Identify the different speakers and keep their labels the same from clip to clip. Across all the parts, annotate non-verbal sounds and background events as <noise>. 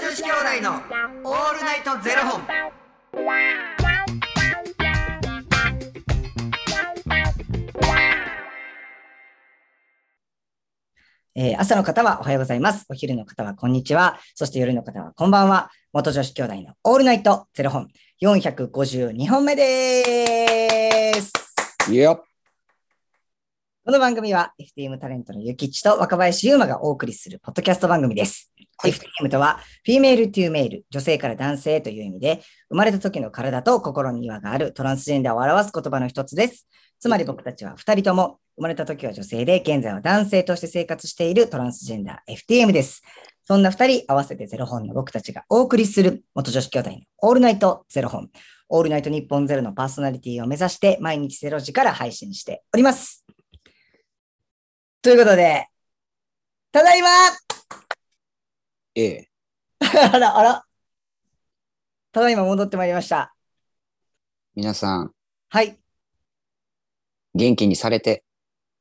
Speaker 1: 子兄弟のオールナイトゼロ本。
Speaker 2: えー朝の方はおはようございます。お昼の方はこんにちは。そして夜の方はこんばんは。元女子兄弟のオールナイトゼロ本452本目です。
Speaker 3: いや、
Speaker 2: この番組は FTM タレントのゆきっちと若林優馬がお送りするポッドキャスト番組です。
Speaker 3: はい
Speaker 2: FTM とは、フィメールトゥーメール、女性から男性という意味で、生まれた時の体と心に違和があるトランスジェンダーを表す言葉の一つです。つまり僕たちは2人とも、生まれた時は女性で、現在は男性として生活しているトランスジェンダー FTM です。そんな2人合わせてゼロ本の僕たちがお送りする元女子兄弟のオールナイトゼロ本、オールナイト日本ゼロのパーソナリティを目指して毎日ゼロ時から配信しております。ということで、ただいま <laughs>
Speaker 3: ええ。
Speaker 2: あらあら。ただいま戻ってまいりました。
Speaker 3: 皆さん、
Speaker 2: はい。
Speaker 3: 元気にされて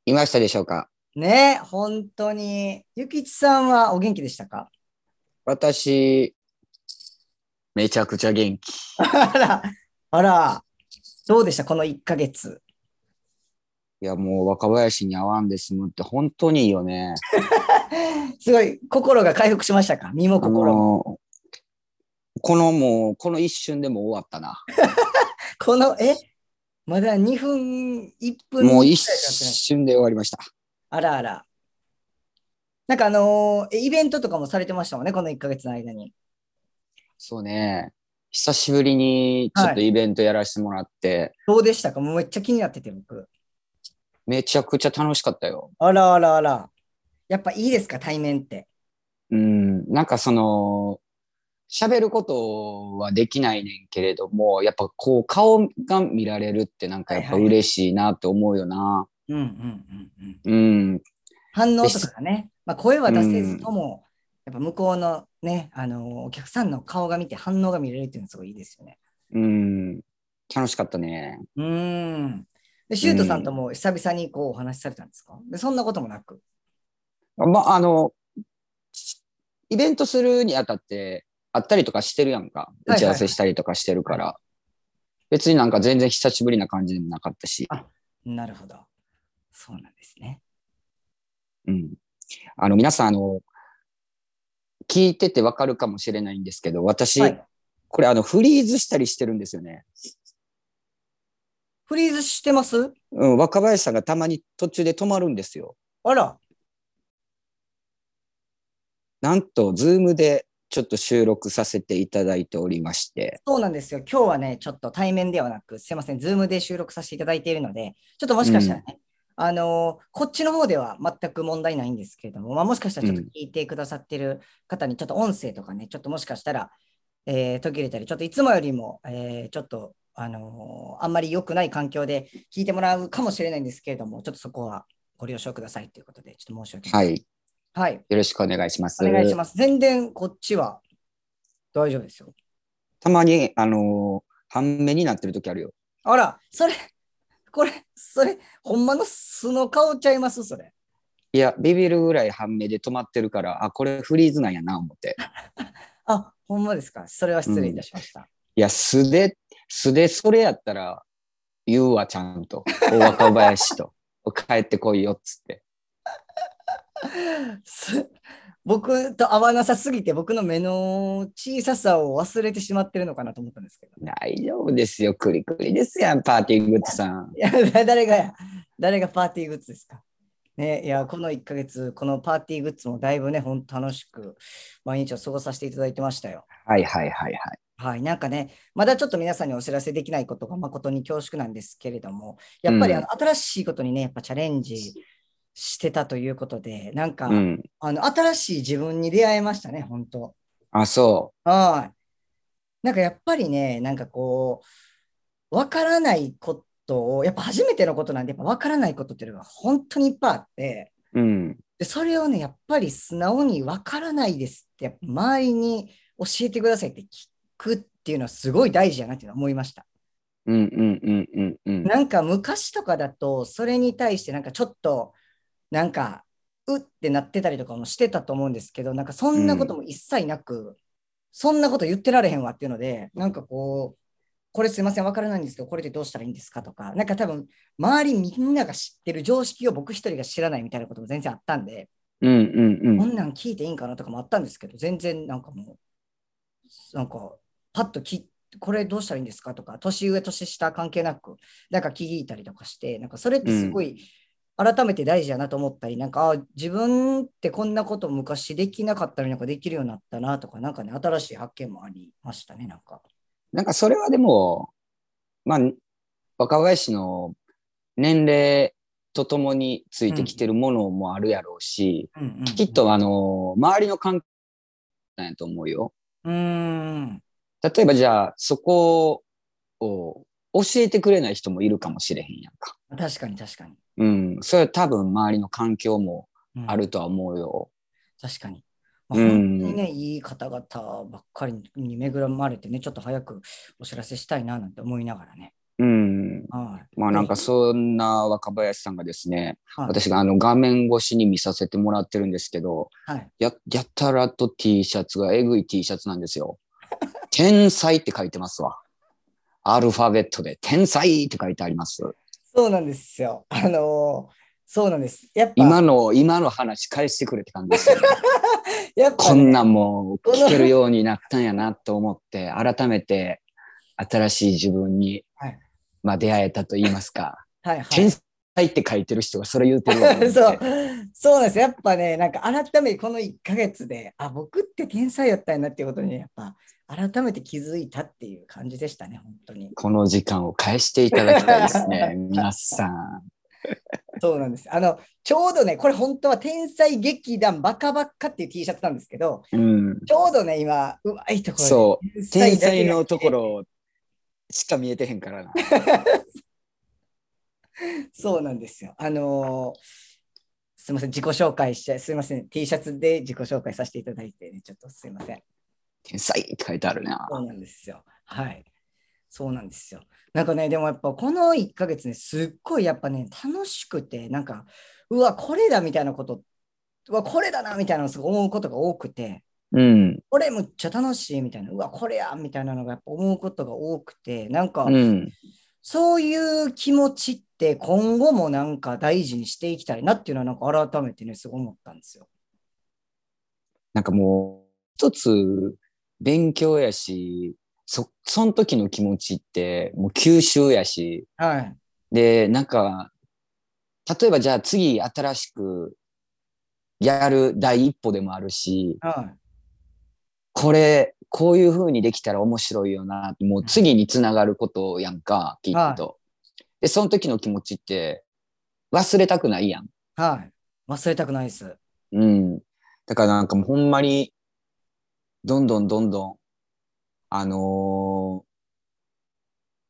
Speaker 3: いましたでしょうか
Speaker 2: ねえ、本当に。ゆきちさんはお元気でしたか <laughs>
Speaker 3: 私、めちゃくちゃ元気。
Speaker 2: あら、あら、どうでしたこの1ヶ月。
Speaker 3: いや、もう若林に会わんで済むって本当にいいよね。
Speaker 2: すごい、心が回復しましたか身も心も。
Speaker 3: もうこのもう、この一瞬でもう終わったな。
Speaker 2: この、えまだ2分、1分。
Speaker 3: もう一
Speaker 2: ぐらい経ってない
Speaker 3: 瞬で終わりました。
Speaker 2: あらあら。なんかあのーイベントとかもされてましたもんね、この1ヶ月の間に。
Speaker 3: そうね。久しぶりにちょっとイベントやらせてもらって、
Speaker 2: どうでしたかもうめっちゃ気になってて、僕。
Speaker 3: めちゃくちゃ楽しかったよ。
Speaker 2: あらあらあら。やっぱいいですか、対面って。
Speaker 3: うん、なんかその、喋ることはできないねんけれども、やっぱこう顔が見られるってなんかやっぱ
Speaker 2: はいはい
Speaker 3: 嬉しいなって思うよな。
Speaker 2: うんうんうんうん。
Speaker 3: うん、
Speaker 2: 反応とかね、まあ、声は出せ
Speaker 3: う
Speaker 2: ず
Speaker 3: ん
Speaker 2: とも、やっぱ向こうのね、あのーお客さんの顔が見て反応が見れるっていうのはすごいいいですよね。
Speaker 3: うん、楽しかったね。
Speaker 2: うーん。で、シュートさんとも久々にこうお話しされたんですかでそんなこともなく。
Speaker 3: まあ、あの、イベントするにあたって、あったりとかしてるやんか。
Speaker 2: いはいはい
Speaker 3: 打ち合わせしたりとかしてるから。別になんか全然久しぶりな感じでもなかったし。
Speaker 2: なるほど。そうなんですね。
Speaker 3: うん。あの、皆さん、あの、聞いててわかるかもしれないんですけど、私、
Speaker 2: はい
Speaker 3: これ、あの、フリーズしたりしてるんですよね。
Speaker 2: フリーズしてます
Speaker 3: うん、若林さんがたまに途中で止まるんですよ。
Speaker 2: あら、
Speaker 3: なんと、ズームでちょっと収録させていただいておりまして。
Speaker 2: そうなんですよ。今日はね、ちょっと対面ではなく、すいません、ズームで収録させていただいているので、ちょっともしかしたらね、あのーこっちの方では全く問題ないんですけれども、まあ、もしかしたらちょっと聞いてくださってる方に、ちょっと音声とかね、ちょっともしかしたら、えー途切れたり、ちょっといつもよりも、えーちょっと、あのーあんまり良くない環境で聞いてもらうかもしれないんですけれども、ちょっとそこはご了承くださいということで、ちょっと申し訳ない。
Speaker 3: はい。
Speaker 2: はい、
Speaker 3: よろしくお願いします。
Speaker 2: お願いします。全然こっちは大丈夫ですよ。
Speaker 3: たまに、あの、半目になってる時あるよ。
Speaker 2: あら、それ、これ、それ、ほんまの素の顔ちゃいますそれ。
Speaker 3: いや、ビビるぐらい半目で止まってるから、あ、これフリーズなんやな、思って。
Speaker 2: あ、ほんまですか。それは失礼いたしました。
Speaker 3: いや、素で、素でそれやったら、言うわ、ちゃんと。お若林
Speaker 2: <laughs>
Speaker 3: と。お帰ってこいよ、っつって。
Speaker 2: す <laughs> 僕と合わなさすぎて、僕の目の小ささを忘れてしまってるのかなと思ったんですけど。
Speaker 3: 大丈夫ですよ、クリクリですやん、パーティーグッズさん。
Speaker 2: いや、 <laughs> だ誰がや、誰がパーティーグッズですか。ね、いや、この1ヶ月、このパーティーグッズもだいぶね、ほんと楽しく、毎日を過ごさせていただいてましたよ。
Speaker 3: はいはいはいはい。
Speaker 2: はい、なんかね、まだちょっと皆さんにお知らせできないことが誠に恐縮なんですけれども、やっぱり
Speaker 3: うん
Speaker 2: あの新しいことにね、やっぱチャレンジしてたということで、なんか、
Speaker 3: うん。
Speaker 2: あの新しい自分に出会えましたね、本当。
Speaker 3: あ、そ
Speaker 2: はい。なんかやっぱりね、なんかこう、わからないことを、やっぱ初めてのことなんで、やっぱわからないことっていうのが本当にいっぱいあって、
Speaker 3: う。うん。
Speaker 2: で、それをね、やっぱり素直にわからないですって、やっぱ周りに教えてくださいって聞くっていうのはすごい大事やなっていうのは思いました。
Speaker 3: うんうんうんうんうん。
Speaker 2: なんか昔とかだと、それに対してなんかちょっと、なんか、うってなってたりとかもしてたと思うんですけど、なんかそんなことも一切なく、そんなこと言ってられへんわっていうので、なんかこう、これすいません、わからないんですけど、これでどうしたらいいんですかとか、なんか多分、周りみんなが知ってる常識を僕一人が知らないみたいなことも全然あったんで、
Speaker 3: うんうんう
Speaker 2: こ
Speaker 3: ん。
Speaker 2: んなん聞いていいんかなとかもあったんですけど、全然なんかもう、なんか、パッとき、これどうしたらいいんですかとか、年上、年下関係なく、なんか聞いたりとかして、なんかそれってすごい、改めて大事やなと思ったり、なんか、あ自分ってこんなこと昔できなかったのになんかできるようになったなとか、なんかね、新しい発見もありましたね、なんか。
Speaker 3: なんかそれはでも、まあ、若林の年齢とともについてきてるものもあるやろうし、
Speaker 2: うんうんうん
Speaker 3: きっ。とあの、周りの関係なんやと思うよ。
Speaker 2: うーん。
Speaker 3: 例えばじゃあ、そこを教えてくれない人もいるかもしれへんやんか。
Speaker 2: 確かに確かに。
Speaker 3: うん。それは多分周りの環境も
Speaker 2: うん
Speaker 3: あるとは思うよ。
Speaker 2: 確かに。まあ、
Speaker 3: うん
Speaker 2: 本当にね、いい方々ばっかりに恵まれてね、ちょっと早くお知らせしたいななんて思いながらね。
Speaker 3: うん。
Speaker 2: はい
Speaker 3: まあなんかそんな若林さんがですね、
Speaker 2: はい
Speaker 3: 私があの画面越しに見させてもらってるんですけど、
Speaker 2: はい
Speaker 3: ややたらと T シャツがえぐい T シャツなんで
Speaker 2: <laughs>
Speaker 3: すよ。天才って書いてますわ。アルファベットで天才って書いてあります。
Speaker 2: そうなんですよ。あのーそうなんです。やっぱ、
Speaker 3: 今の、今の話返してくれって感じ
Speaker 2: <laughs>
Speaker 3: ですよね。
Speaker 2: やっぱ
Speaker 3: こ
Speaker 2: ね、
Speaker 3: んなんもう聞けるようになったんやなと思って、改めて新しい自分に、
Speaker 2: はい
Speaker 3: まあ出会えたと言いますか、
Speaker 2: はいはい
Speaker 3: 天才って書いてる人がそれ言うてるわと思って
Speaker 2: <laughs> そうそうなんですやっぱねなんか改めてこの1ヶ月であ僕って天才やったんやなっていうことにやっぱ改めて気づいたっていう感じでしたね本当に
Speaker 3: この時間を返していただきたいです <laughs> ね、皆さん。
Speaker 2: そうなんですあのちょうどねこれ本当は天才劇団バカバッカっていう T シャツなんですけど
Speaker 3: うん、
Speaker 2: ちょうどね今うまいところで
Speaker 3: そう。天
Speaker 2: だけ
Speaker 3: 才
Speaker 2: が
Speaker 3: のところしか見えてへんから <laughs> な。
Speaker 2: そうなんですよ。あのーすみません、自己紹介して、すみません、T シャツで自己紹介させていただいてね、ちょっとすみません。
Speaker 3: 天才って書いてあるな。
Speaker 2: そうなんですよ。はい。そうなんですよ。なんかね、でもやっぱこの1ヶ月ね、すっごいやっぱね、楽しくて、なんか、うわ、これだみたいなこと、うわ、これだなみたいなのすごい思うことが多くて、
Speaker 3: うん。
Speaker 2: これむっちゃ楽しいみたいな、うわ、これやみたいなのがやっぱ思うことが多くて、なんか、
Speaker 3: うん。
Speaker 2: そういう気持ちって今後もなんか大事にしていきたいなっていうのはなんか改めてね、すごい思ったんですよ。
Speaker 3: なんかもう、一つ勉強やし、そ、その時の気持ちってもう吸収やし、
Speaker 2: はい。
Speaker 3: で、なんか、例えばじゃあ次新しくやる第一歩でもあるし、
Speaker 2: は
Speaker 3: これ、こういう風にできたら面白いよな、もう次につながることやんか、きっと。で、その時の気持ちって忘れたくないやん。
Speaker 2: い。はい。忘れたくないです。
Speaker 3: うん。だからなんかもうほんまに、どんどんどんどん、あの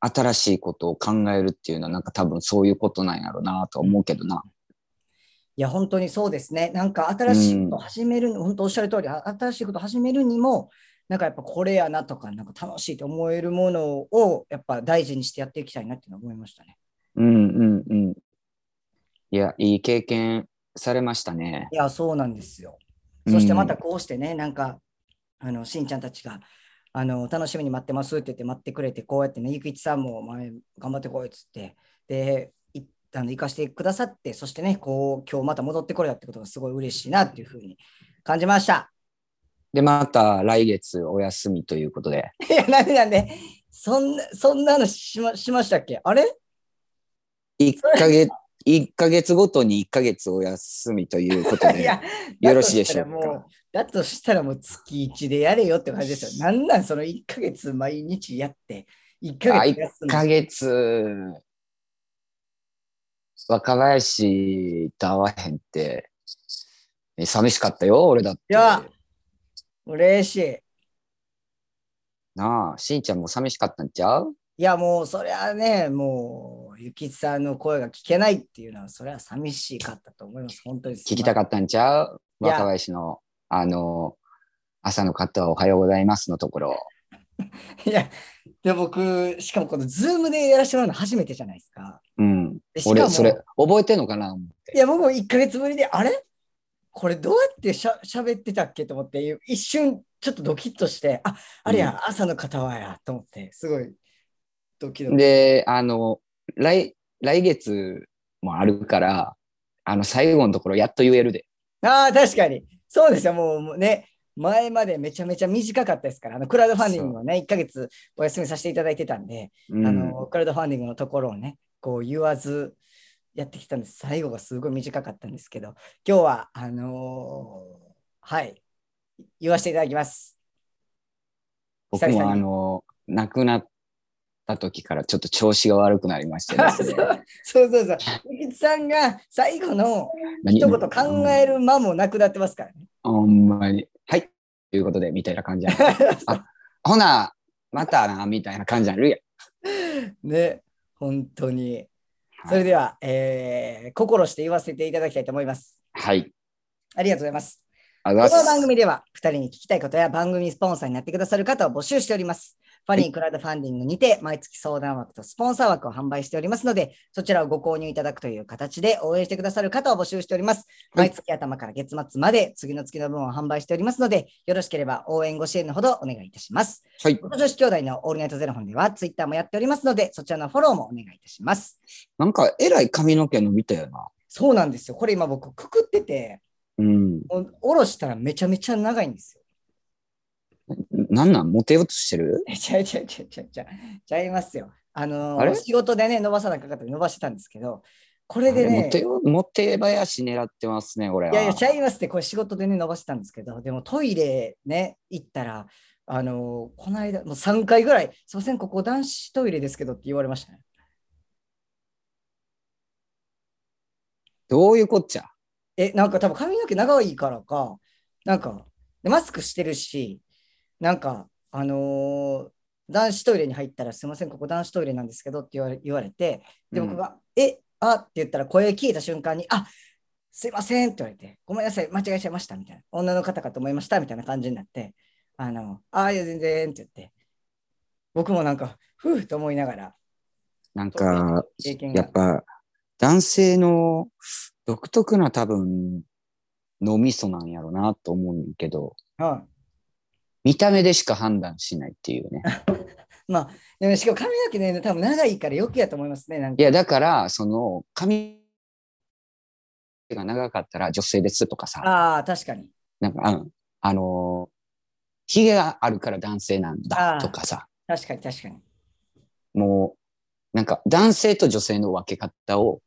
Speaker 3: ー新しいことを考えるっていうのはなんか多分そういうことなんやろうなとは思うけどな。
Speaker 2: いや、本当にそうですね。なんか新しいことを始める、本当おっしゃる通り、あ新しいことを始めるにも、なんかやっぱこれやなとか、なんか楽しいと思えるものを、やっぱ大事にしてやっていきたいなっていうのは思いましたね。
Speaker 3: うんうんうん。いや、いい経験されましたね。
Speaker 2: いや、そうなんですよ。
Speaker 3: うん
Speaker 2: そしてまたこうしてね、なんか、あの、しんちゃんたちが、あの、楽しみに待ってますって言って待ってくれて、こうやってね、ゆきちさんも前頑張ってこいっつって、で、いあの行かしてくださって、そしてね、こう、今日また戻ってこれたってことがすごい嬉しいなっていうふうに感じました。 <laughs>
Speaker 3: で、また来月お休みということで。
Speaker 2: いや、なんでなんで、そんな、そんな話しましましたっけあれ
Speaker 3: 1ヶ月、一ヶ月ごとに1ヶ月お休みというこ
Speaker 2: <laughs>
Speaker 3: と
Speaker 2: い
Speaker 3: で、
Speaker 2: や
Speaker 3: よ、ろしいでしょう
Speaker 2: だとたらも
Speaker 3: か。
Speaker 2: だとしたらもう月1でやれよって感じですよ。なんなんその1ヶ月毎日やって、1ヶ
Speaker 3: あ
Speaker 2: 月休
Speaker 3: 1
Speaker 2: む
Speaker 3: ヶ月、若林と会わへんって、え寂しかったよ、俺だって。
Speaker 2: いや嬉しい。
Speaker 3: なあ、しんちゃんも寂しかったんちゃう
Speaker 2: いやもうそりゃね、もう、ゆきつさんの声が聞けないっていうのは、そりゃ寂しかったと思います。本当に
Speaker 3: 聞きたか
Speaker 2: っ
Speaker 3: ったんちゃう
Speaker 2: いや
Speaker 3: 若林の、あの、朝の方はおはようございますのところ。
Speaker 2: た。いや、で僕、しかもこのズームでやらせてもらうの初めてじゃないですか。
Speaker 3: うん。
Speaker 2: でしかも
Speaker 3: 俺、それ、覚えてんのかない
Speaker 2: や、僕も1ヶ月ぶりで、あれこれどうやってしゃ喋ってたっけと思って、一瞬ちょっとドキッとして、あ、あれや、
Speaker 3: う
Speaker 2: 朝の方はや、と思って、すごい、ドキドキ。
Speaker 3: で、あの、来、来月もあるから、あの、最後のところやっと言えるで。
Speaker 2: ああ、確かに。そうですよ、もうもうね、前までめちゃめちゃ短かったですから、あのクラウドファンディングをね、1ヶ月お休みさせていただいてたんで、
Speaker 3: うん
Speaker 2: あのクラウドファンディングのところをね、こう言わずやってきたんです。最後がすごい短かったんですけど、今日は、あのーはい、言わせていただきます。
Speaker 3: 僕
Speaker 2: 久々
Speaker 3: も
Speaker 2: に
Speaker 3: あの、亡くなった時からちょっと調子が悪くなりましてですね
Speaker 2: <laughs> そうそうそう。ゆきつさんが最後の一言考える間もなくなってますからね。
Speaker 3: うんほんまに。はい。ということで、みたいな感
Speaker 2: <laughs>
Speaker 3: じや。ほな、またな、みたいな感じあるやん。
Speaker 2: ね、本当に。
Speaker 3: はい
Speaker 2: それでは、えー心して言わせていただきたいと思います。
Speaker 3: はい。
Speaker 2: ありがとうございます。
Speaker 3: あり
Speaker 2: こ
Speaker 3: が
Speaker 2: の
Speaker 3: とうござい
Speaker 2: 番
Speaker 3: ます。
Speaker 2: 組では、2人に聞きたいことや番組スポンサーになってくださる方を募集しております。ファニークラウドファンディングにて、毎月相談枠とスポンサー枠を販売しておりますので、そちらをご購入いただくという形で応援してくださる方を募集しております。
Speaker 3: はい
Speaker 2: 毎月頭から月末まで、次の月の分を販売しておりますので、よろしければ応援ご支援のほどお願いいたします。
Speaker 3: はい。
Speaker 2: 元女子兄弟のオールナイトゼロ本では、ツイッターもやっておりますので、そちらのフォローもお願いいたします。
Speaker 3: なんか、えらい髪の毛伸びたよな。
Speaker 2: そうなんですよ。これ今僕くくってて、
Speaker 3: うん。
Speaker 2: お下ろしたらめちゃめちゃ長いんですよ。 <laughs>
Speaker 3: なんなんモテようとしてる
Speaker 2: えちゃいちゃいちゃいちゃいちゃいちゃいますよ。あのー
Speaker 3: あれ
Speaker 2: 仕事でね、伸ばさなかったり伸ばしてたんですけど、これ
Speaker 3: あ
Speaker 2: で
Speaker 3: れ
Speaker 2: ね
Speaker 3: モ、テよう、モテ林狙ってますね、俺は。
Speaker 2: いやいや、ちゃいますって、これ仕事でね、伸ばしてたんですけど、でもトイレね、行ったら、あのーこの間、もう3回ぐらい、すいません、ここ男子トイレですけどって言われましたね。
Speaker 3: どういうこっちゃ
Speaker 2: え、なんか多分髪の毛長いからか、なんか、でマスクしてるし、なんか、あのー男子トイレに入ったら、すいません、ここ男子トイレなんですけどって言われ言われて、で、僕が、え、あって言ったら、声聞いた瞬間に、あすいませんって言われて、ごめんなさい、間違えちゃいましたみたいな、女の方かと思いましたみたいな感じになって、あの、あ、いや、全然って言って、僕もなんか、ふうと思いながら、
Speaker 3: なんか、
Speaker 2: 経験が
Speaker 3: やっぱ、男性の独特な多分、脳みそなんやろなと思うんけど、
Speaker 2: うん、
Speaker 3: 見た目でしか判断しないっ
Speaker 2: <laughs>
Speaker 3: ていうね。
Speaker 2: でもしかも髪の毛ね、多分長いから余計やと思いますね、なん
Speaker 3: い
Speaker 2: か。
Speaker 3: や、だから、その、髪が長かったら女性ですとかさ、
Speaker 2: ああ、確かに。
Speaker 3: なんか、うんあの、髭があるから男性なん
Speaker 2: あ
Speaker 3: だ
Speaker 2: ー
Speaker 3: とかさ、
Speaker 2: 確かに確かに。
Speaker 3: もう、なんか男性と女性の分け方を、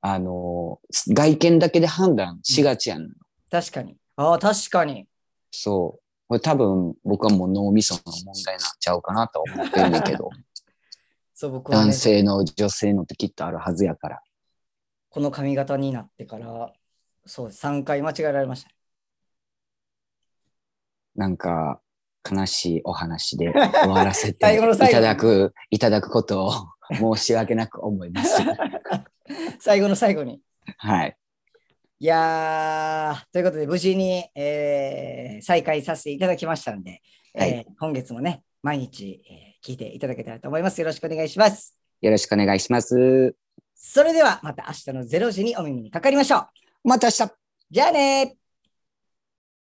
Speaker 3: あのー外見だけで判断しがちやん。
Speaker 2: 確かに。ああ、確かに。
Speaker 3: そう。これ多分僕はもう脳みその問題になっちゃうかなとは思ってるんだ
Speaker 2: <laughs>
Speaker 3: けど、
Speaker 2: そう、僕は、ね
Speaker 3: 男、性の女性のってきっとあるはずやから。
Speaker 2: この髪型になってから、そう、3回間違えられました。 <laughs>
Speaker 3: なんか、悲しいお話
Speaker 2: <laughs>
Speaker 3: で終わらせて
Speaker 2: 最後の
Speaker 3: い
Speaker 2: 最後
Speaker 3: ただく、いただくことを申し訳なく思い
Speaker 2: <laughs>
Speaker 3: ます。
Speaker 2: 最後の最後に。
Speaker 3: はい。
Speaker 2: いやー、ということで、無事に、えー再開させていただきましたので、
Speaker 3: はい
Speaker 2: えー今月もね、毎日、えー聞いていただけたらと思います。よろしくお願いします。
Speaker 3: よろしくお願いします。
Speaker 2: それでは、また明日の0時にお耳にかかりましょう。
Speaker 3: また明日
Speaker 2: じゃあねー